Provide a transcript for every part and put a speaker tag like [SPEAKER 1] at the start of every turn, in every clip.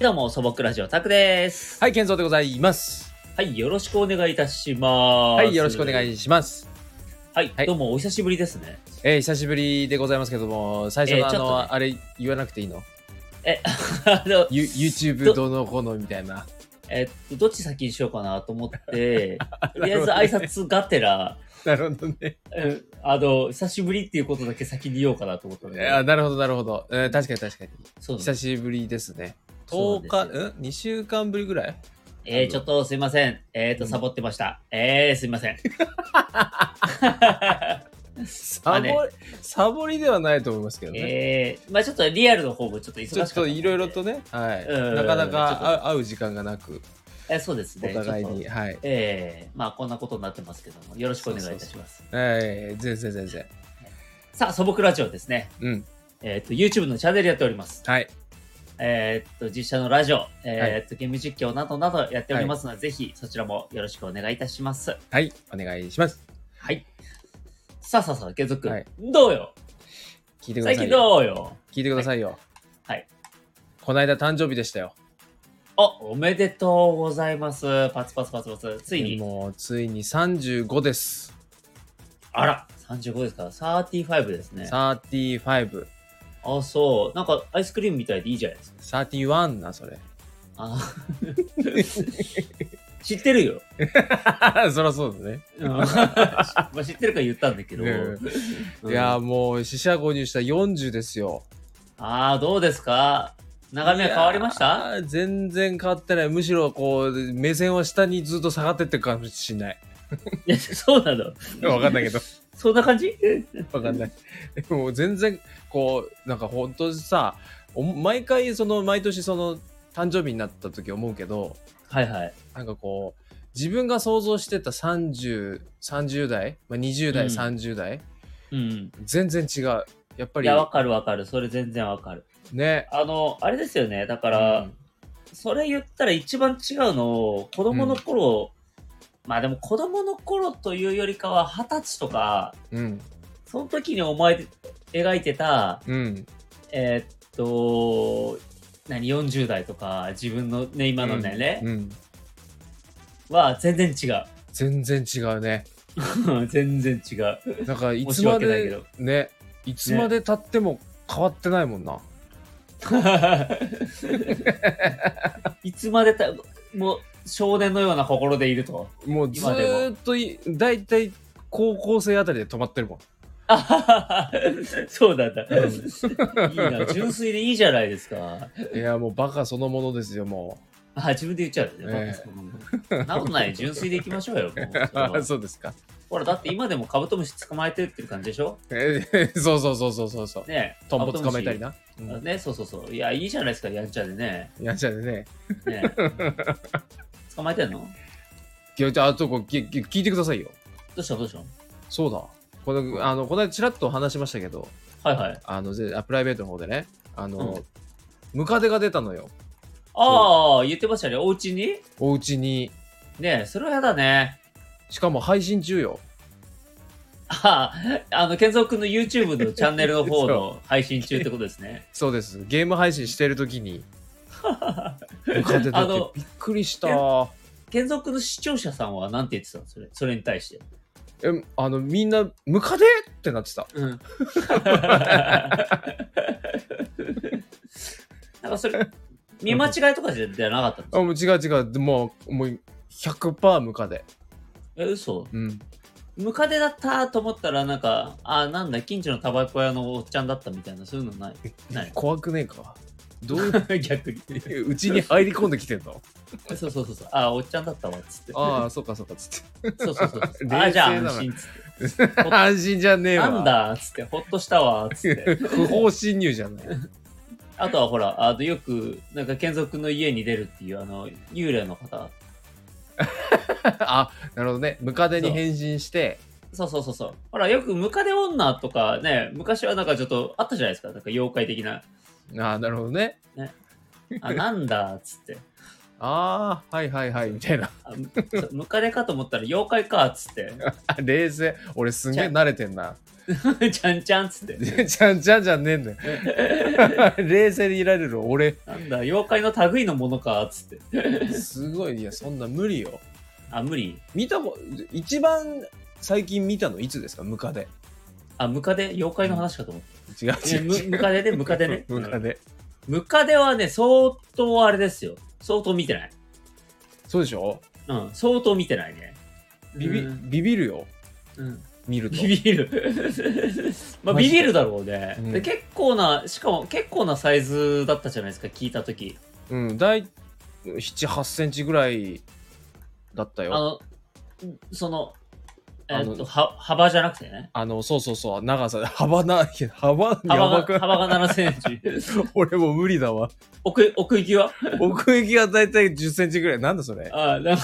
[SPEAKER 1] どうも、素朴ラジオタクです。
[SPEAKER 2] はい、健三でございます。
[SPEAKER 1] はい、よろしくお願いいたします。
[SPEAKER 2] はい、よろしくお願
[SPEAKER 1] い。
[SPEAKER 2] いします。
[SPEAKER 1] はい、
[SPEAKER 2] はい
[SPEAKER 1] どうも、お久しぶりです ね。
[SPEAKER 2] えー、久しぶりでございますけども、最初
[SPEAKER 1] えー
[SPEAKER 2] のあ
[SPEAKER 1] ちょっと
[SPEAKER 2] の、
[SPEAKER 1] ね
[SPEAKER 2] あれ言わなくていいの
[SPEAKER 1] あの、
[SPEAKER 2] ゆ ?YouTube どうのこうのみたい な。
[SPEAKER 1] えっと、どっち先にしようかなと思って、とりあえず
[SPEAKER 2] なるほど
[SPEAKER 1] 挨
[SPEAKER 2] ね
[SPEAKER 1] 拶がてら、
[SPEAKER 2] なるほどね。
[SPEAKER 1] うんあの、久しぶりっていうことだけ先に言おうかなと思ったので、
[SPEAKER 2] あなるほど、なるほど。えー確かに確かに。
[SPEAKER 1] そうなんで
[SPEAKER 2] 久
[SPEAKER 1] す。
[SPEAKER 2] しぶりですね。
[SPEAKER 1] そう
[SPEAKER 2] 10日、
[SPEAKER 1] なんです
[SPEAKER 2] うん ?2 週間ぶりぐらい
[SPEAKER 1] えー、ちょっとすいません。えっ、と、
[SPEAKER 2] うん
[SPEAKER 1] サボってました。えー、すいません。
[SPEAKER 2] サボり、
[SPEAKER 1] まあ
[SPEAKER 2] サボりではないと思いますけど ね。
[SPEAKER 1] えー、まあちょっとリアルの方もちょっと忙し
[SPEAKER 2] ち
[SPEAKER 1] かっ
[SPEAKER 2] ょった
[SPEAKER 1] の
[SPEAKER 2] と
[SPEAKER 1] で。
[SPEAKER 2] いろいろとね、はい。
[SPEAKER 1] うん
[SPEAKER 2] なかな
[SPEAKER 1] ちょっと
[SPEAKER 2] か会う会う時間がなく、
[SPEAKER 1] えーそうです
[SPEAKER 2] お
[SPEAKER 1] ね。
[SPEAKER 2] 互い
[SPEAKER 1] ちょっ
[SPEAKER 2] に、
[SPEAKER 1] と
[SPEAKER 2] はい。
[SPEAKER 1] えー、まあこんなことになってますけども、よろしくお願いいたします。
[SPEAKER 2] えー、全然全然。
[SPEAKER 1] さあ、素朴ラジオですね。
[SPEAKER 2] うん。
[SPEAKER 1] えっ、と、YouTube のチャンネルやっております。
[SPEAKER 2] はい。
[SPEAKER 1] えっ、と、実写のラジオ、えっ、と、ゲーム実況などなどやっておりますので、ぜひそちらもよろしくお願いいたします。
[SPEAKER 2] はい。お願いします。
[SPEAKER 1] はい。さあさあさあ、継続、
[SPEAKER 2] はい
[SPEAKER 1] どうよ
[SPEAKER 2] 聞いてくださ
[SPEAKER 1] 最
[SPEAKER 2] いよ。
[SPEAKER 1] 近どうよ
[SPEAKER 2] 聞いてくださいよ。
[SPEAKER 1] はいはい。
[SPEAKER 2] この間誕生日でしたよ。
[SPEAKER 1] あ、おめでとうございます。パツパツパツパツ。ついに、
[SPEAKER 2] もうついに35です。
[SPEAKER 1] あら、35ですから、35ですね。
[SPEAKER 2] 35。
[SPEAKER 1] あ、そう。なんか、アイスクリームみたいでいいじゃないですか。
[SPEAKER 2] 31 な、それ。
[SPEAKER 1] あ知ってるよ。
[SPEAKER 2] そりゃそうだね。
[SPEAKER 1] うん まあ知ってるから言ったんだけど。
[SPEAKER 2] ね
[SPEAKER 1] うん
[SPEAKER 2] いや、もう、四捨五入した40ですよ。
[SPEAKER 1] ああ、どうですか眺めは変わりました
[SPEAKER 2] いやー全然変わってない。むしろ、こう、目線は下にずっと下がってってるかもし れない。
[SPEAKER 1] いや、そうなの。
[SPEAKER 2] わかんないけど。
[SPEAKER 1] そんな感じ
[SPEAKER 2] わかんない。でも全然、こう、なんか本当にさ、お毎回、その、毎年、その、誕生日になった時思うけど、
[SPEAKER 1] はいはい。
[SPEAKER 2] なんかこう、自分が想像してた30、30代、まあ、20代、
[SPEAKER 1] うん
[SPEAKER 2] 30代、
[SPEAKER 1] うん。
[SPEAKER 2] 全然違う。やっぱ
[SPEAKER 1] い
[SPEAKER 2] り
[SPEAKER 1] や、わかるわかる。それ全然わかる。
[SPEAKER 2] ね。
[SPEAKER 1] あの、あれですよね。だから、
[SPEAKER 2] うん
[SPEAKER 1] それ言ったら一番違うの、子供の頃、まあでも子供の頃というよりかは、二十歳とか、
[SPEAKER 2] うん。
[SPEAKER 1] その時にお前描いてた、
[SPEAKER 2] うん。
[SPEAKER 1] えーっと、何、40代とか、自分のね、今の年齢、
[SPEAKER 2] うん。
[SPEAKER 1] は全然違う。
[SPEAKER 2] 全然違うね。
[SPEAKER 1] 全然違う。
[SPEAKER 2] なんかいつ
[SPEAKER 1] 申し
[SPEAKER 2] ま
[SPEAKER 1] 訳ないけ
[SPEAKER 2] で
[SPEAKER 1] ど、
[SPEAKER 2] ね、いつまで経っても変わってないもんな。
[SPEAKER 1] いつまでた、もう少年のような心でいる と。
[SPEAKER 2] もうずーっとい、だいたい高校生あたりで止まっ てるもん。
[SPEAKER 1] あはははそうなんだ。
[SPEAKER 2] う
[SPEAKER 1] いいな、純粋でいいじゃないですか。
[SPEAKER 2] いや、もうバカそのものですよ、も
[SPEAKER 1] あ、自分で言っちゃうね。そんなことない、純粋でいきましょうよ。もうそれは
[SPEAKER 2] う。そうですか。
[SPEAKER 1] ほら、だって今でもカブトムシ捕まえてるってる感じでしょ
[SPEAKER 2] えそうそうそうそうそうそう。
[SPEAKER 1] ねえ
[SPEAKER 2] トンボ捕まえたり。な。う
[SPEAKER 1] カブトム
[SPEAKER 2] ん
[SPEAKER 1] シね、そうそうそう。いや、いいじゃないですか、やんちゃでね。
[SPEAKER 2] やんちゃでね。
[SPEAKER 1] ね 捕まえてんのど
[SPEAKER 2] いやじゃあ、あとこうきき聞いてくださいよ。
[SPEAKER 1] うしたのどうしたの
[SPEAKER 2] そうだ。このあのこの間ちらっと話しましたけど、
[SPEAKER 1] はいはい。
[SPEAKER 2] あのぜあプライベートの方でね、あの、
[SPEAKER 1] うん
[SPEAKER 2] ムカデが出たのよ。
[SPEAKER 1] ああ、言ってましたね。お家に
[SPEAKER 2] お家に。
[SPEAKER 1] ねえ、それはやだね。
[SPEAKER 2] しかも配信中よ。
[SPEAKER 1] ああ、あの、健三君の YouTube のチャンネルの 方の配信中ってことですね。
[SPEAKER 2] そうです。ゲーム配信してる 時に。ム
[SPEAKER 1] あ
[SPEAKER 2] カデだって
[SPEAKER 1] の
[SPEAKER 2] びっくりした。
[SPEAKER 1] 健三君の視聴者さんは何て言ってたのそれ、それに対して。
[SPEAKER 2] え、あの、みんな、ムカデってなってた。
[SPEAKER 1] うん。なんかそれ、見間違いとかじゃなかったの
[SPEAKER 2] あ、もう違う違う。でもう、もう100%ムカデ。
[SPEAKER 1] え、嘘
[SPEAKER 2] うん。
[SPEAKER 1] ムカデだったと思ったら、なんか、あ、なんだ、近所のタバコ屋のおっちゃんだったみたいな、そういうの ないない。
[SPEAKER 2] 怖くねえか。どういう
[SPEAKER 1] 逆に。
[SPEAKER 2] うちに入り込んできてんの
[SPEAKER 1] そうそうそうそう。あ、おっちゃんだったわ、つって。
[SPEAKER 2] ああ、そうかそうか、つっ
[SPEAKER 1] そうそうそうそう。
[SPEAKER 2] 冷静
[SPEAKER 1] あ、じゃあ
[SPEAKER 2] だな。
[SPEAKER 1] 安心っつって
[SPEAKER 2] 安心じゃね
[SPEAKER 1] て。
[SPEAKER 2] えわ。
[SPEAKER 1] なんだっつって、ほっとしたわっつ って。
[SPEAKER 2] 不法侵入じゃない。
[SPEAKER 1] あとはほら、あのよく、なんか、健三君の家に出るっていう、あの、幽霊の方。
[SPEAKER 2] あ、なるほどね。ムカデに変身して、
[SPEAKER 1] そうそうそうそう。ほら、よくムカデ女とかね、昔はなんかちょっとあったじゃないですか。なんか妖怪的な。
[SPEAKER 2] あーなるほどね。
[SPEAKER 1] あ、なんだっつって。
[SPEAKER 2] ああ、はいはいはい、みたいな。
[SPEAKER 1] あむそうムカデかと思ったら妖怪かっつって。
[SPEAKER 2] あ冷静。俺すんげえ慣れてんな。
[SPEAKER 1] ちゃんちゃんっつって。
[SPEAKER 2] ちゃんちゃんじゃねえんだよ。 冷静でいられる俺。
[SPEAKER 1] なんだ、妖怪の類のものかっつって。
[SPEAKER 2] すごい、いや、そんな無理よ。
[SPEAKER 1] あ、無理。
[SPEAKER 2] 見たこ一番最近見たのいつですかムカデ。
[SPEAKER 1] あ、ムカデ妖怪の話かと思っ
[SPEAKER 2] 違う
[SPEAKER 1] た。
[SPEAKER 2] 違う。
[SPEAKER 1] むムカデで、ムカデね
[SPEAKER 2] ムカ
[SPEAKER 1] うん
[SPEAKER 2] デ。
[SPEAKER 1] ムカデはね、相当あれですよ。相当見てない。
[SPEAKER 2] そうでしょ
[SPEAKER 1] うん、相当見てないね。
[SPEAKER 2] ビビ
[SPEAKER 1] うん
[SPEAKER 2] ビビるよ。
[SPEAKER 1] うん
[SPEAKER 2] 見 ると。
[SPEAKER 1] ビビる まあ
[SPEAKER 2] マジ
[SPEAKER 1] ビ
[SPEAKER 2] で
[SPEAKER 1] ビるだろうね、
[SPEAKER 2] うん
[SPEAKER 1] で結構なしかも結構なサイズだったじゃないですか聞いた時
[SPEAKER 2] うん、大7、8センチぐらいだった
[SPEAKER 1] あ
[SPEAKER 2] よ。
[SPEAKER 1] のそのえ
[SPEAKER 2] あの
[SPEAKER 1] っとは幅じゃなくてね
[SPEAKER 2] あの、そうそうそう、長さ、幅な、いや幅、や
[SPEAKER 1] 幅
[SPEAKER 2] ば
[SPEAKER 1] が
[SPEAKER 2] くない
[SPEAKER 1] 幅が7センチ
[SPEAKER 2] 俺もう無理だわ。
[SPEAKER 1] 奥奥行きは
[SPEAKER 2] 奥行きがだいたい10センチぐらい。なんだそれ。
[SPEAKER 1] あなん か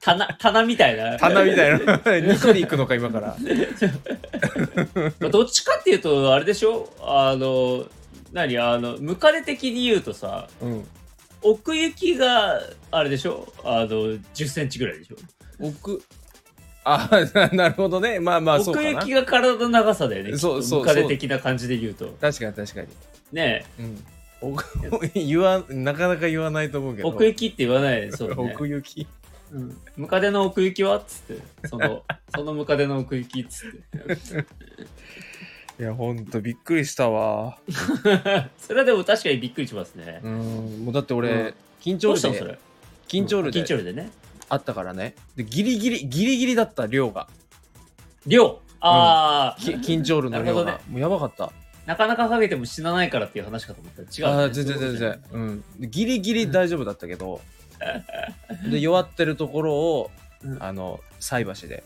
[SPEAKER 1] 棚棚みたいな
[SPEAKER 2] 棚みたいな。 ニトリ行くのか、今から。
[SPEAKER 1] まあどっちかっていうとあれでしょあの何あのムカデ的に言うとさ
[SPEAKER 2] うん。
[SPEAKER 1] 奥行きがあれでしょあの10センチぐらいでしょ
[SPEAKER 2] 奥、あ、 ななるほどね。まあまあ、そう
[SPEAKER 1] 奥
[SPEAKER 2] かな
[SPEAKER 1] 行。きが体の長さだよね。
[SPEAKER 2] そ
[SPEAKER 1] そうう
[SPEAKER 2] そう
[SPEAKER 1] ムカデ的な感じで言うと。
[SPEAKER 2] 確かに確かに。
[SPEAKER 1] ね
[SPEAKER 2] うん。 奥言わ、なかなか言わないと思うけ
[SPEAKER 1] え、
[SPEAKER 2] ど。
[SPEAKER 1] 奥行きって言わないで、そうだね。
[SPEAKER 2] 奥行き。
[SPEAKER 1] うんムカデの奥行きはっつって、そ の、そのムカデの奥行きっつって。
[SPEAKER 2] いや、ほんと、びっくりしたわ。
[SPEAKER 1] それはでも確かにびっくりしますね。
[SPEAKER 2] うん。もうだって
[SPEAKER 1] う
[SPEAKER 2] 俺、緊
[SPEAKER 1] ど
[SPEAKER 2] 張
[SPEAKER 1] うしたのそ
[SPEAKER 2] で、
[SPEAKER 1] れ。
[SPEAKER 2] 緊張
[SPEAKER 1] うん緊
[SPEAKER 2] で
[SPEAKER 1] 張でね。
[SPEAKER 2] あったからね。で、ギリギリ、ギリギリだった、量が。
[SPEAKER 1] 量あ あ、
[SPEAKER 2] き緊張の量
[SPEAKER 1] なる
[SPEAKER 2] が
[SPEAKER 1] ほ。
[SPEAKER 2] もうやばかった。
[SPEAKER 1] なかなかかけても死なないからっていう話かと思ったら違うね、
[SPEAKER 2] あー全然全然。うん。でギリギリ大丈夫だった けど、で、弱ってるところを
[SPEAKER 1] う、ん
[SPEAKER 2] あの、菜箸で、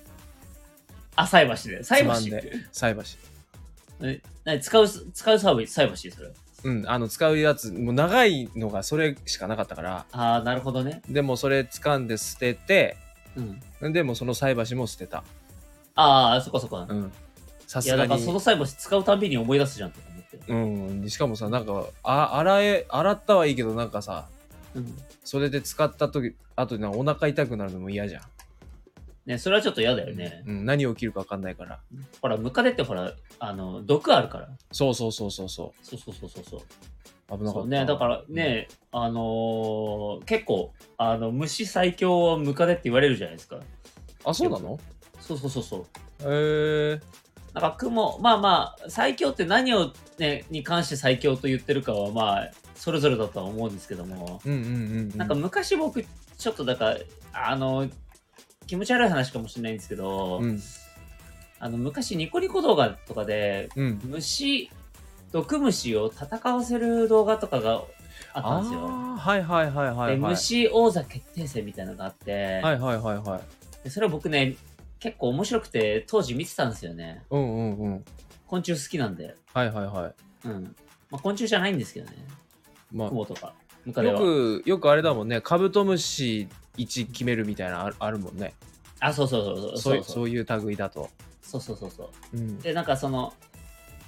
[SPEAKER 1] あ、菜箸で。菜
[SPEAKER 2] つ
[SPEAKER 1] 箸
[SPEAKER 2] まん菜箸。
[SPEAKER 1] え何使う、使うサービス、菜箸それ。
[SPEAKER 2] うん、あの、使うやつ、もう長いのがそれしかなかったから、
[SPEAKER 1] ああ、なるほどね。
[SPEAKER 2] でもそれ掴んで捨てて、
[SPEAKER 1] うん。
[SPEAKER 2] でもその菜箸も捨てた。
[SPEAKER 1] ああ、そっかそっか。
[SPEAKER 2] うん。さ
[SPEAKER 1] い
[SPEAKER 2] す
[SPEAKER 1] や、
[SPEAKER 2] が
[SPEAKER 1] だからその
[SPEAKER 2] に。
[SPEAKER 1] 菜箸使うたんびに思い出すじゃんとか思って。
[SPEAKER 2] うん。しかもさ、なんか、あ、洗え、洗ったはいいけど、なんかさ、
[SPEAKER 1] うん。
[SPEAKER 2] それで使った時、あとなんかお腹痛くなるのも嫌じゃん。
[SPEAKER 1] ね、それはちょっと嫌だよね。
[SPEAKER 2] うん、何起きるか分かんないから。
[SPEAKER 1] ほら、ムカデってほら、あの、毒あるから。
[SPEAKER 2] そうそうそうそうそ
[SPEAKER 1] そうそうそうそうそう。
[SPEAKER 2] う。危なか
[SPEAKER 1] そ
[SPEAKER 2] っ
[SPEAKER 1] う
[SPEAKER 2] た。
[SPEAKER 1] ね、だからね、あのー結構、あの、虫最強はムカデって言われるじゃないですか。
[SPEAKER 2] あ、そうなの
[SPEAKER 1] そうそうそうそう。
[SPEAKER 2] へえ。
[SPEAKER 1] なんか雲、まあまあ、最強って何をね、に関して最強と言ってるかは、まあ、それぞれだとは思うんですけども、
[SPEAKER 2] うんうんうんうん。
[SPEAKER 1] なんか昔僕、ちょっとだから、あの、気持ち悪い話かもしれないんですけど、
[SPEAKER 2] うん。
[SPEAKER 1] あの昔ニコニコ動画とかで
[SPEAKER 2] うん。
[SPEAKER 1] 虫毒虫を戦わせる動画とかがあったんですよ。
[SPEAKER 2] あーはいはいはいはいは
[SPEAKER 1] で
[SPEAKER 2] い。
[SPEAKER 1] 虫王座決定戦みたいなのがあって、
[SPEAKER 2] はいはいはいはい。
[SPEAKER 1] でそれを僕ね結構面白くて当時見てたんですよね
[SPEAKER 2] うんうんうん。
[SPEAKER 1] 昆虫好きなんで、
[SPEAKER 2] はいはいはい。
[SPEAKER 1] うんまあ、昆虫じゃないんですけどね
[SPEAKER 2] まあ
[SPEAKER 1] 雲とかムカデ
[SPEAKER 2] よ
[SPEAKER 1] は
[SPEAKER 2] く、よくあれだもんね、カブトムシ1決めるみたいなのあるあるもんね。
[SPEAKER 1] あそうそう
[SPEAKER 2] そ
[SPEAKER 1] そううそう
[SPEAKER 2] い
[SPEAKER 1] そう
[SPEAKER 2] そういう類だと。
[SPEAKER 1] そうそうそうそう
[SPEAKER 2] うん。
[SPEAKER 1] でなんかその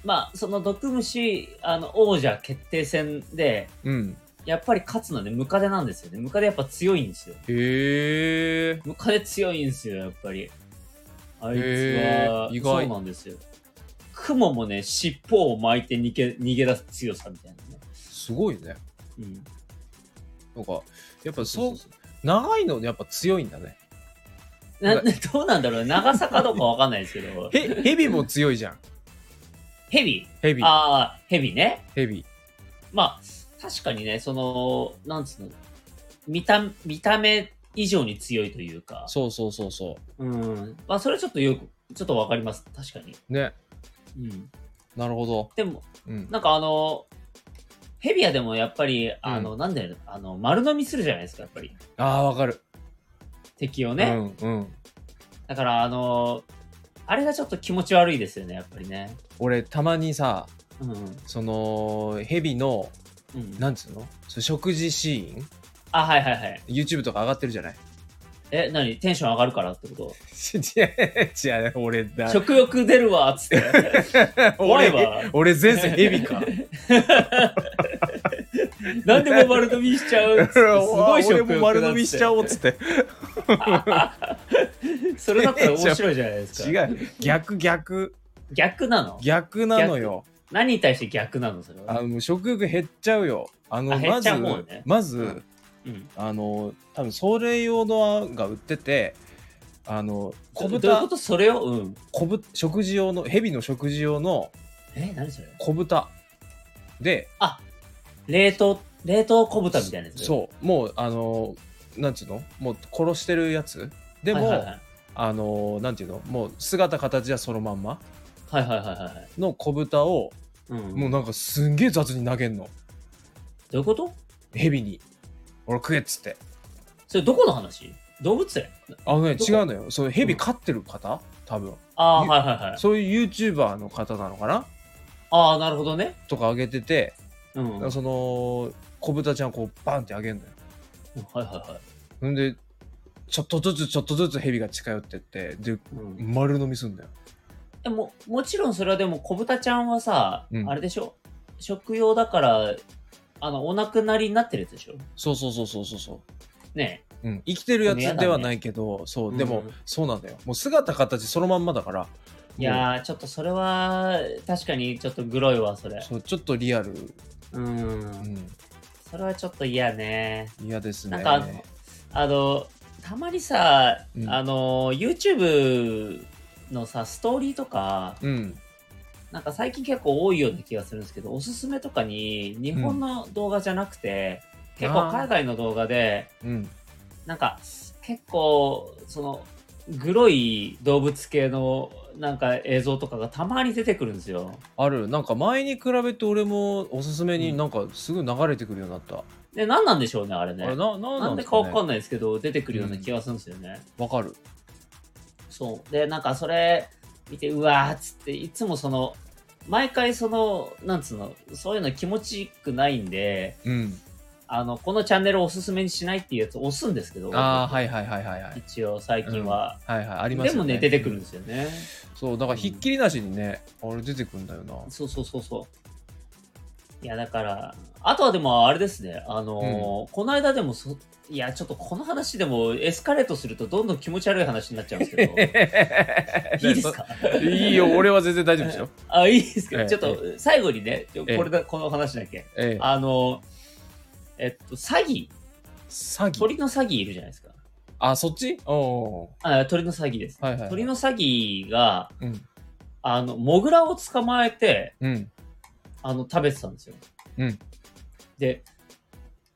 [SPEAKER 1] まあその毒虫あの王者決定戦で
[SPEAKER 2] うん。
[SPEAKER 1] やっぱり勝つのはねムカデなんですよねムカデやっぱ強いんですよ
[SPEAKER 2] へえ。
[SPEAKER 1] ムカデ強いんですよ、やっぱり。あいつ
[SPEAKER 2] へ
[SPEAKER 1] は
[SPEAKER 2] ー、意
[SPEAKER 1] そ
[SPEAKER 2] 外
[SPEAKER 1] うなんですよ。雲もね、尻尾を巻いて逃げ逃げ出す強さみたいなね。
[SPEAKER 2] すごいね。
[SPEAKER 1] うん、
[SPEAKER 2] なんか、やっぱそう、
[SPEAKER 1] う
[SPEAKER 2] 長いのやっぱ強いんだね。
[SPEAKER 1] などうなんだろうね長さかどうかわかんないですけ ど。
[SPEAKER 2] へ、ヘビも強いじゃん。
[SPEAKER 1] ヘビ
[SPEAKER 2] ヘビ。
[SPEAKER 1] ああ、ヘビね。
[SPEAKER 2] ヘビ。
[SPEAKER 1] まあ、確かにね、その、なんつうの、見た見た目以上に強いというか、
[SPEAKER 2] そうそうそうそ
[SPEAKER 1] うん。まあ、それはちょっとよく、ちょっとわかります。確かに。
[SPEAKER 2] う。ね。
[SPEAKER 1] うん、
[SPEAKER 2] なるほど。
[SPEAKER 1] でも、
[SPEAKER 2] うん。
[SPEAKER 1] なんかあの、ヘビアでもやっぱり、あの、なんだよ、あの、丸飲みするじゃないですか、やっぱり。
[SPEAKER 2] ああ、わかる。
[SPEAKER 1] 敵をね。
[SPEAKER 2] うんうん。
[SPEAKER 1] だから、あの、あれがちょっと気持ち悪いですよね、やっぱりね。
[SPEAKER 2] 俺、たまにさ、
[SPEAKER 1] うん。
[SPEAKER 2] その、ヘビの、
[SPEAKER 1] うん、
[SPEAKER 2] なんつうのそう食事シーン
[SPEAKER 1] あ、はいはいはい。
[SPEAKER 2] ?YouTube とか上がってるじゃない
[SPEAKER 1] え、なにテンション上がるからってこ
[SPEAKER 2] 違う、違う、俺
[SPEAKER 1] と
[SPEAKER 2] だ。
[SPEAKER 1] 食欲出るわ、っつ って。怖いわ。
[SPEAKER 2] 俺前世ヘビ か。
[SPEAKER 1] なんでも丸飲み しちゃうっつって。すごい食欲
[SPEAKER 2] 俺も丸飲みしちゃ
[SPEAKER 1] う。
[SPEAKER 2] おうっつって。
[SPEAKER 1] それだ ったら面白いじゃないですか。
[SPEAKER 2] 違う。逆、逆。
[SPEAKER 1] 逆なの
[SPEAKER 2] 逆なのよ。
[SPEAKER 1] 何に対して逆なのそれ
[SPEAKER 2] あ
[SPEAKER 1] は。
[SPEAKER 2] の、もう食欲減っちゃうよ。あの、
[SPEAKER 1] あ減
[SPEAKER 2] ま
[SPEAKER 1] っち
[SPEAKER 2] ず
[SPEAKER 1] ゃうもんね、
[SPEAKER 2] まず、
[SPEAKER 1] うんうん。
[SPEAKER 2] あの、多分それ用の案が売ってて、あの、小
[SPEAKER 1] どどういうこ
[SPEAKER 2] 豚、
[SPEAKER 1] とそれを、うん。
[SPEAKER 2] 小豚、食事用の、蛇の食事用の
[SPEAKER 1] え、何それ
[SPEAKER 2] 小豚で、
[SPEAKER 1] 冷凍、冷凍小豚みたいなやつ
[SPEAKER 2] そう、もう、あの、なんていうのもう殺してるやつでも、
[SPEAKER 1] はいはいはい
[SPEAKER 2] あの、なんていうのもう姿形はそのまんま
[SPEAKER 1] はいはいはいはいはい。
[SPEAKER 2] の小豚を、
[SPEAKER 1] うんうん。
[SPEAKER 2] もうなんかすんげえ雑に投げんの。
[SPEAKER 1] どういうこと
[SPEAKER 2] 蛇に。俺食えっつって。
[SPEAKER 1] それどこの話動物園
[SPEAKER 2] あのね、
[SPEAKER 1] どこ
[SPEAKER 2] 違うのよ。その蛇飼ってる方、多分。
[SPEAKER 1] ああー、
[SPEAKER 2] ゆ
[SPEAKER 1] はいはいはい。
[SPEAKER 2] そういう YouTuber の方なのかな
[SPEAKER 1] ああ、なるほどね。
[SPEAKER 2] とかあげてて、
[SPEAKER 1] うん。はい
[SPEAKER 2] その小豚ちゃんこうバンってあげんのよ。
[SPEAKER 1] はいは
[SPEAKER 2] ほんでちょっとずつちょっとずつ蛇が近寄ってってで
[SPEAKER 1] い。うん
[SPEAKER 2] 丸飲みすんだよ。
[SPEAKER 1] でも、もちろんそれはでも、小豚ちゃんはさ、
[SPEAKER 2] うん
[SPEAKER 1] あれでしょ食用だから、あの、お亡くなりになってるやつでしょ
[SPEAKER 2] そうそうそうそうそうそ
[SPEAKER 1] ね
[SPEAKER 2] う。うん、生きてるやつではないけど、そううんでも、そうなんだよもう姿形そのまんまだからもう
[SPEAKER 1] え。いやー、ちょっとそれは、確かにちょっとグロいわ、それ。
[SPEAKER 2] そうちょっとリアル、
[SPEAKER 1] う。
[SPEAKER 2] うんん、
[SPEAKER 1] それはちょっと嫌ね。
[SPEAKER 2] 嫌ですね
[SPEAKER 1] なんかあの、たまにさ、
[SPEAKER 2] うん
[SPEAKER 1] あの、YouTube のさ、ストーリーとか、
[SPEAKER 2] うん
[SPEAKER 1] なんか最近結構多いような気がするんですけど、おすすめとかに、日本の動画じゃなくて、結構海外の動画で、
[SPEAKER 2] うん
[SPEAKER 1] なんか結構そのグロい動物系のなんか映像とかがたまに出てくるんですよ。
[SPEAKER 2] あるなんか前に比べて俺もおすすめに
[SPEAKER 1] うん
[SPEAKER 2] なんかすぐ流れてくるようになった、
[SPEAKER 1] で何なんでしょうねあれね。
[SPEAKER 2] あれ
[SPEAKER 1] な
[SPEAKER 2] ななんなん
[SPEAKER 1] ん
[SPEAKER 2] で
[SPEAKER 1] ですか
[SPEAKER 2] か
[SPEAKER 1] わ
[SPEAKER 2] ね
[SPEAKER 1] かんないですけど出てくるような気がするんですよね。
[SPEAKER 2] わかる
[SPEAKER 1] そうでなんかそれ見てうわーっつっていつもその毎回そのなんつうのそういうの気持ちよくないんで
[SPEAKER 2] うん
[SPEAKER 1] あのこのチャンネルをおすすめにしないっていうやつを押すんですけど
[SPEAKER 2] ああはいはいはいはいはい
[SPEAKER 1] 一応最近は。
[SPEAKER 2] はいはいあります
[SPEAKER 1] で
[SPEAKER 2] よ
[SPEAKER 1] もね出てくるん
[SPEAKER 2] うん
[SPEAKER 1] ですよね。
[SPEAKER 2] そうだからひっきりなしにね、あれ出てくんだよな
[SPEAKER 1] そうそうそうそう。いや、だから、あとはでもあれですね、あのーこの間でもそ、いや、ちょっとこの話でもエスカレートするとどんどん気持ち悪い話になっちゃうんですけど、 いいですか
[SPEAKER 2] いいよ俺は全然大丈夫ですよ、
[SPEAKER 1] あ、いいです
[SPEAKER 2] え
[SPEAKER 1] か
[SPEAKER 2] え
[SPEAKER 1] ちょっと最後にね、ちょ
[SPEAKER 2] ええ
[SPEAKER 1] これだ、この話だけ。
[SPEAKER 2] ええ、
[SPEAKER 1] あのーえっと、詐欺、
[SPEAKER 2] 詐欺
[SPEAKER 1] 鳥の詐欺いるじゃないですか。
[SPEAKER 2] あそっちおお
[SPEAKER 1] あ鳥の詐欺です。
[SPEAKER 2] ーはいはい、はい、
[SPEAKER 1] 鳥の詐欺が、
[SPEAKER 2] うん
[SPEAKER 1] あの、モグラを捕まえて、
[SPEAKER 2] うん
[SPEAKER 1] あの、食べてたんですよ。
[SPEAKER 2] うん
[SPEAKER 1] で、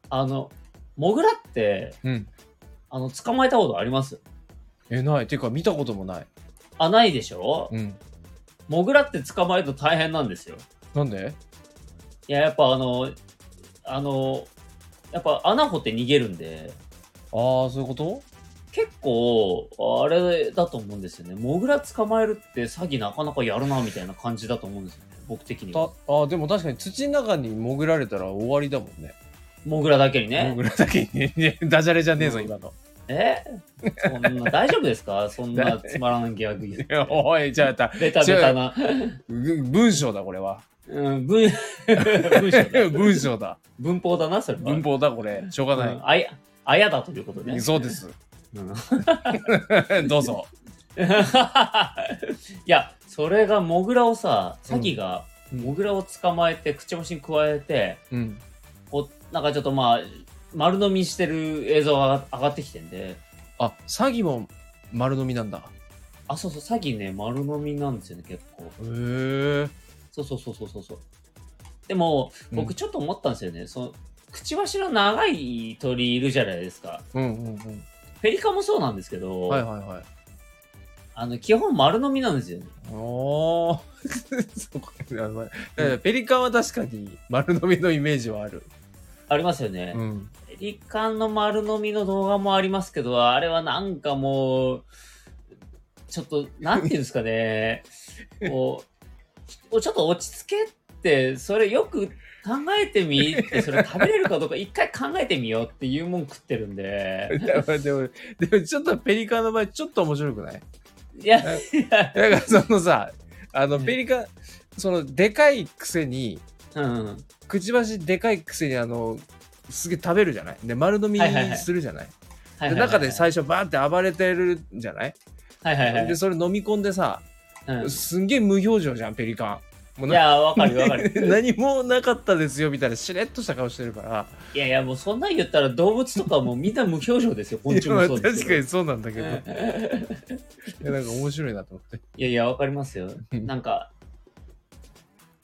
[SPEAKER 1] あの、モグラって、
[SPEAKER 2] うん
[SPEAKER 1] あの、捕まえたことあります
[SPEAKER 2] えないていうか見たこともない
[SPEAKER 1] あ、ないでしょ、
[SPEAKER 2] うん
[SPEAKER 1] モグラって捕まえると大変なんですよ。
[SPEAKER 2] なんで
[SPEAKER 1] いや、やっぱあの、あの、やっぱ穴掘って逃げるんで、
[SPEAKER 2] ああそういうこと
[SPEAKER 1] 結構、あれだと思うんですよね。モグラ捕まえるって詐欺なかなかやるな、みたいな感じだと思うんですよね。僕的には。
[SPEAKER 2] たあーでも確かに土の中に潜られたら終わりだもんね
[SPEAKER 1] モグラだけにね。
[SPEAKER 2] 潜らだけにね ダジャレじゃねえぞ、
[SPEAKER 1] うん
[SPEAKER 2] 今の
[SPEAKER 1] えそんな、大丈夫ですかそんなつまらないギャグ言 って
[SPEAKER 2] いやおいじゃあた
[SPEAKER 1] ベタベタな。
[SPEAKER 2] ぐ文章だこれは
[SPEAKER 1] うん、文文章だ
[SPEAKER 2] 文章だ
[SPEAKER 1] 文法だな、それは。
[SPEAKER 2] 文法だこれしょうがない、
[SPEAKER 1] うんあや、あやだということね。
[SPEAKER 2] そうです。
[SPEAKER 1] うん い
[SPEAKER 2] どうぞ。
[SPEAKER 1] や、それがモグラをさ、サキが
[SPEAKER 2] うん
[SPEAKER 1] モグラを捕まえて、口虫に加えて、
[SPEAKER 2] うん。
[SPEAKER 1] こう、なんかちょっとまあ、丸飲みしてる映像が上がってきてんで、
[SPEAKER 2] あ、詐欺も丸飲みなんだ。
[SPEAKER 1] あ、そうそう、サキね、丸飲みなんですよね、結構。
[SPEAKER 2] へえ。
[SPEAKER 1] そうそうそうそうそうそう。でも、
[SPEAKER 2] うん
[SPEAKER 1] 僕ちょっと思ったんですよね。その、くちばしの長い鳥いるじゃないですか。
[SPEAKER 2] うんうんうん。
[SPEAKER 1] ペリカもそうなんですけど、
[SPEAKER 2] はいはいはい。
[SPEAKER 1] あの、基本丸飲みなんですよね。
[SPEAKER 2] おー そこやばいえペリカンは確かに丸飲みのイメージはある。
[SPEAKER 1] ありますよね。
[SPEAKER 2] ん。
[SPEAKER 1] ペリカンの丸飲みの動画もありますけど、あれはなんかもう、ちょっと、なんていうんですかね、こう、ちょっと落ち着けって、それよく考えてみって、それ食べれるかどうか一回考えてみようっていうもん食ってるんで、
[SPEAKER 2] でも、でも、でもちょっとペリカンの場合、ちょっと面白くない
[SPEAKER 1] いや、いや、
[SPEAKER 2] だからそのさ、あの、ペリカン、その、でかいくせに、
[SPEAKER 1] うん。
[SPEAKER 2] くちばしでかいくせに、あの、すげえ食べるじゃないで、丸飲み
[SPEAKER 1] はいはいはい
[SPEAKER 2] するじゃない
[SPEAKER 1] はいはいはいはい
[SPEAKER 2] で中で最初バーって暴れてるんじゃない
[SPEAKER 1] はいはいはい
[SPEAKER 2] で。それ飲み込んでさ
[SPEAKER 1] うん
[SPEAKER 2] すんげえ無表情じゃんペリカンもう
[SPEAKER 1] い
[SPEAKER 2] な
[SPEAKER 1] や、わかるわかる。
[SPEAKER 2] 何もなかったですよみたいなしれっとした顔してるから
[SPEAKER 1] いやいや、もうそんなん言ったら動物とかもみんな無表情ですよ。昆虫
[SPEAKER 2] い
[SPEAKER 1] も
[SPEAKER 2] や
[SPEAKER 1] そう
[SPEAKER 2] 確
[SPEAKER 1] で
[SPEAKER 2] か
[SPEAKER 1] すけ
[SPEAKER 2] に
[SPEAKER 1] ど。
[SPEAKER 2] そうなんだけど、い
[SPEAKER 1] うん
[SPEAKER 2] やなんか面白いなと思って
[SPEAKER 1] いやいや、わかり ますよ。なんか、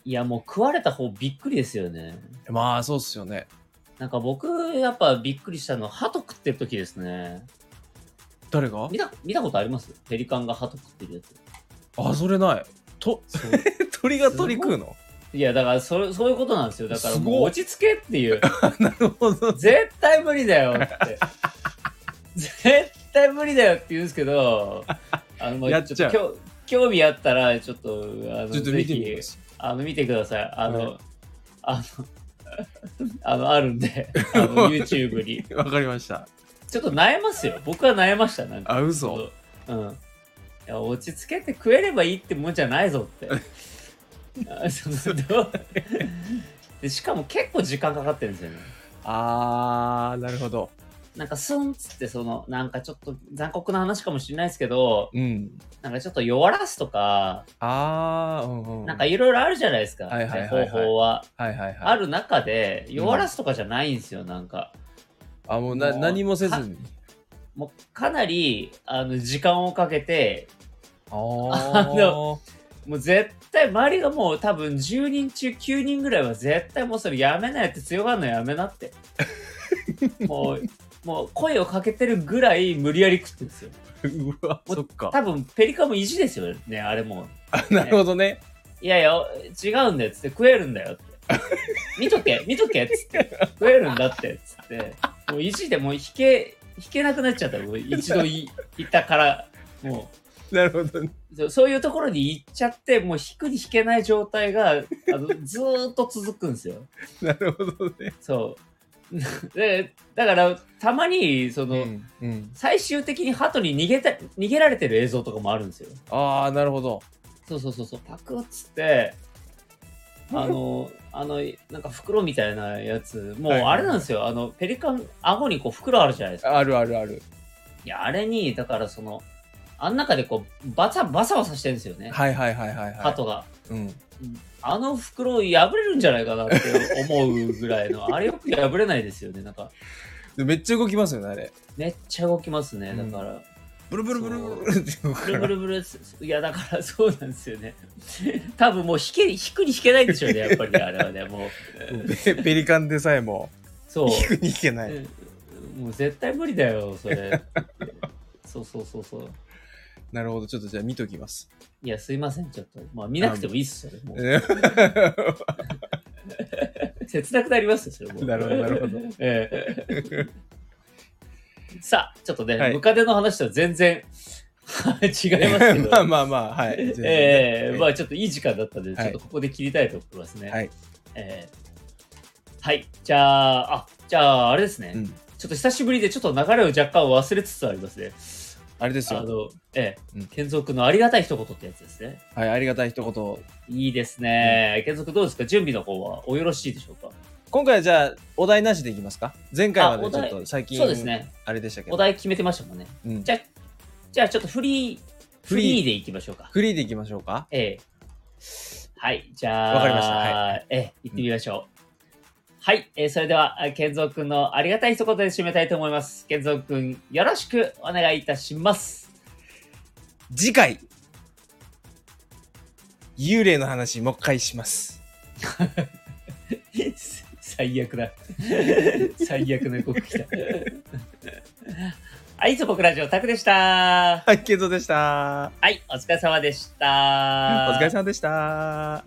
[SPEAKER 1] いや、もう食われた方びっくりですよね。
[SPEAKER 2] まあそうっすよね
[SPEAKER 1] なんか僕、やっぱびっくりしたのは、鳩食ってる時ですね。
[SPEAKER 2] 誰が
[SPEAKER 1] 見た、見たことありますペリカンが鳩食ってるや
[SPEAKER 2] あそれないと
[SPEAKER 1] つ。そう
[SPEAKER 2] 鳥が鳥食うの
[SPEAKER 1] いや、だから、それ、そういうことなんですよ。だから、
[SPEAKER 2] すごい
[SPEAKER 1] もう落ち着けっていう。
[SPEAKER 2] なるほ ど
[SPEAKER 1] 絶対無理だよって。絶対無理だよって言うんですけど、あの、まあ
[SPEAKER 2] やっちゃう
[SPEAKER 1] ちょっと興興味あったら、ちょっと、あの、
[SPEAKER 2] ちょっと見てみ
[SPEAKER 1] ぜ
[SPEAKER 2] ま
[SPEAKER 1] ひ
[SPEAKER 2] す
[SPEAKER 1] あの、見てください。あの、
[SPEAKER 2] はい
[SPEAKER 1] あの、 あの、あるん で、あの、YouTube に。
[SPEAKER 2] わかりました
[SPEAKER 1] ちょっと悩ますよ。僕は悩ました。なんか
[SPEAKER 2] あ嘘
[SPEAKER 1] うん。いや、落ち着けて食えればいいってもんじゃないぞ って。あそのどうでしかも結構時間かかってるんですよね。
[SPEAKER 2] あーなるほど
[SPEAKER 1] なんかスンっつってそのなんかちょっと残酷な話かもしれないですけど
[SPEAKER 2] うん
[SPEAKER 1] なんかちょっと弱らすとか、
[SPEAKER 2] あーうんうん
[SPEAKER 1] なんかいろいろあるじゃないですか、
[SPEAKER 2] はいはいはいはい
[SPEAKER 1] 方法は、
[SPEAKER 2] はいはいはい
[SPEAKER 1] ある中で弱らすとかじゃないんですよ、なんか
[SPEAKER 2] あもうな
[SPEAKER 1] もう
[SPEAKER 2] 何もせずに
[SPEAKER 1] もうかなりあの時間をかけて
[SPEAKER 2] あ
[SPEAKER 1] あのもう絶対周りがもう多分10人中9人ぐらいは絶対もうそれやめなよって強がるのやめなってもうもう声をかけてるぐらい無理やり食ってるんですよ
[SPEAKER 2] ー うわ
[SPEAKER 1] もう
[SPEAKER 2] そっか
[SPEAKER 1] 多分ペリカンも意地ですよねあれもう
[SPEAKER 2] なるほどね
[SPEAKER 1] いやいや、違うんだよ、つって、食えるんだよ、って。見とけ、見とけ、つって。食えるんだって、つって。もう意地でもう引け、引けなくなっちゃった。もう一度い行ったから、も
[SPEAKER 2] なるほどね
[SPEAKER 1] うそ、そういうところに行っちゃって、もう引くに引けない状態が、あ の、ずーっと続くんですよ。
[SPEAKER 2] なるほどね
[SPEAKER 1] そう。 で、だから、たまに、その、
[SPEAKER 2] うんうん
[SPEAKER 1] 最終的に鳩に逃げた、逃げられてる映像とかもあるんですよ。
[SPEAKER 2] ああなるほど
[SPEAKER 1] そうそうそうそう、パクッつって、あ の、あの、なんか袋みたいなやつ、もう
[SPEAKER 2] はいはいはい
[SPEAKER 1] あれなんですよ、あの、ペリカン、顎にこう袋あるじゃないですか。
[SPEAKER 2] あるあるある
[SPEAKER 1] いや、あれに、だからその、あん中でこう、バサバサバサしてるんですよね、
[SPEAKER 2] はいはいはいはいはい
[SPEAKER 1] 鳩が。
[SPEAKER 2] うん
[SPEAKER 1] あの袋破れるんじゃないかなって思うぐらい の、あれよく破れないですよね、なんか、
[SPEAKER 2] でめっちゃ動きますよねあれ
[SPEAKER 1] めっちゃ動きますね、
[SPEAKER 2] う
[SPEAKER 1] だ
[SPEAKER 2] ん
[SPEAKER 1] から。
[SPEAKER 2] ブルブルブルブルって動く
[SPEAKER 1] ブル
[SPEAKER 2] か
[SPEAKER 1] ブ
[SPEAKER 2] ら
[SPEAKER 1] ルブルっす、 いや、だからそうなんですよね。 多分もう引け、引くに引けないんでしょうね、やっぱりねあれはね、もう。
[SPEAKER 2] ペ ペリカンでさえも
[SPEAKER 1] そう。
[SPEAKER 2] 引くに引けない
[SPEAKER 1] うんもう絶対無理だよ、それ。 そうそうそうそう。
[SPEAKER 2] なるほどちょっとじゃあ見ときます
[SPEAKER 1] いや、すいません、ちょっと。まあ、見なくてもいいっすよ、それもう。切なくなりますよ、それもう。
[SPEAKER 2] なるほどなるほど。
[SPEAKER 1] ええさあ、ちょっとね、
[SPEAKER 2] はい
[SPEAKER 1] ムカデの話とは全然 違いますけど。
[SPEAKER 2] まあまあまあはい全然
[SPEAKER 1] ええまあちょっといい時間だったんで、
[SPEAKER 2] はい
[SPEAKER 1] ちょっとここで切りたいと思いますね。
[SPEAKER 2] はい
[SPEAKER 1] ええはい、じゃあ、あ、じゃあ、あれですね、
[SPEAKER 2] うん
[SPEAKER 1] ちょっと久しぶりで、ちょっと流れを若干忘れつつありますね。
[SPEAKER 2] あれです
[SPEAKER 1] あ
[SPEAKER 2] よ
[SPEAKER 1] の、え
[SPEAKER 2] うん
[SPEAKER 1] え、健三君のありがたい一言ってやつですね。
[SPEAKER 2] はいありがたい一言
[SPEAKER 1] いいですね。健三君どうですか準備の方はおよろしいでしょうか
[SPEAKER 2] 今回はじゃあお題なしでいきますか前回は
[SPEAKER 1] あ
[SPEAKER 2] ね
[SPEAKER 1] お
[SPEAKER 2] ちょっ
[SPEAKER 1] 題
[SPEAKER 2] と最近
[SPEAKER 1] そうですね。
[SPEAKER 2] あれでしたけ
[SPEAKER 1] お
[SPEAKER 2] ど、
[SPEAKER 1] 題決めてましたもんね。
[SPEAKER 2] うん
[SPEAKER 1] じゃあ、じゃあちょっとフリー、
[SPEAKER 2] フ
[SPEAKER 1] フ
[SPEAKER 2] リー
[SPEAKER 1] リーでいきましょうか。
[SPEAKER 2] フリーでいきましょうか
[SPEAKER 1] ええ。はい、じゃあ、
[SPEAKER 2] わかりましたは
[SPEAKER 1] ええ、行ってみましょう。はい、えーそれでは、あ健三君のありがたい一言で締めたいと思います。健三君、よろしくお願いいたします。
[SPEAKER 2] 次回幽霊の話もう一回します
[SPEAKER 1] 最悪だ。 最悪の予告来た。はい、そこくラジオタクで した。
[SPEAKER 2] はい、ケンゾーでした。
[SPEAKER 1] はい、お疲れ様でした。
[SPEAKER 2] お疲れ様でした。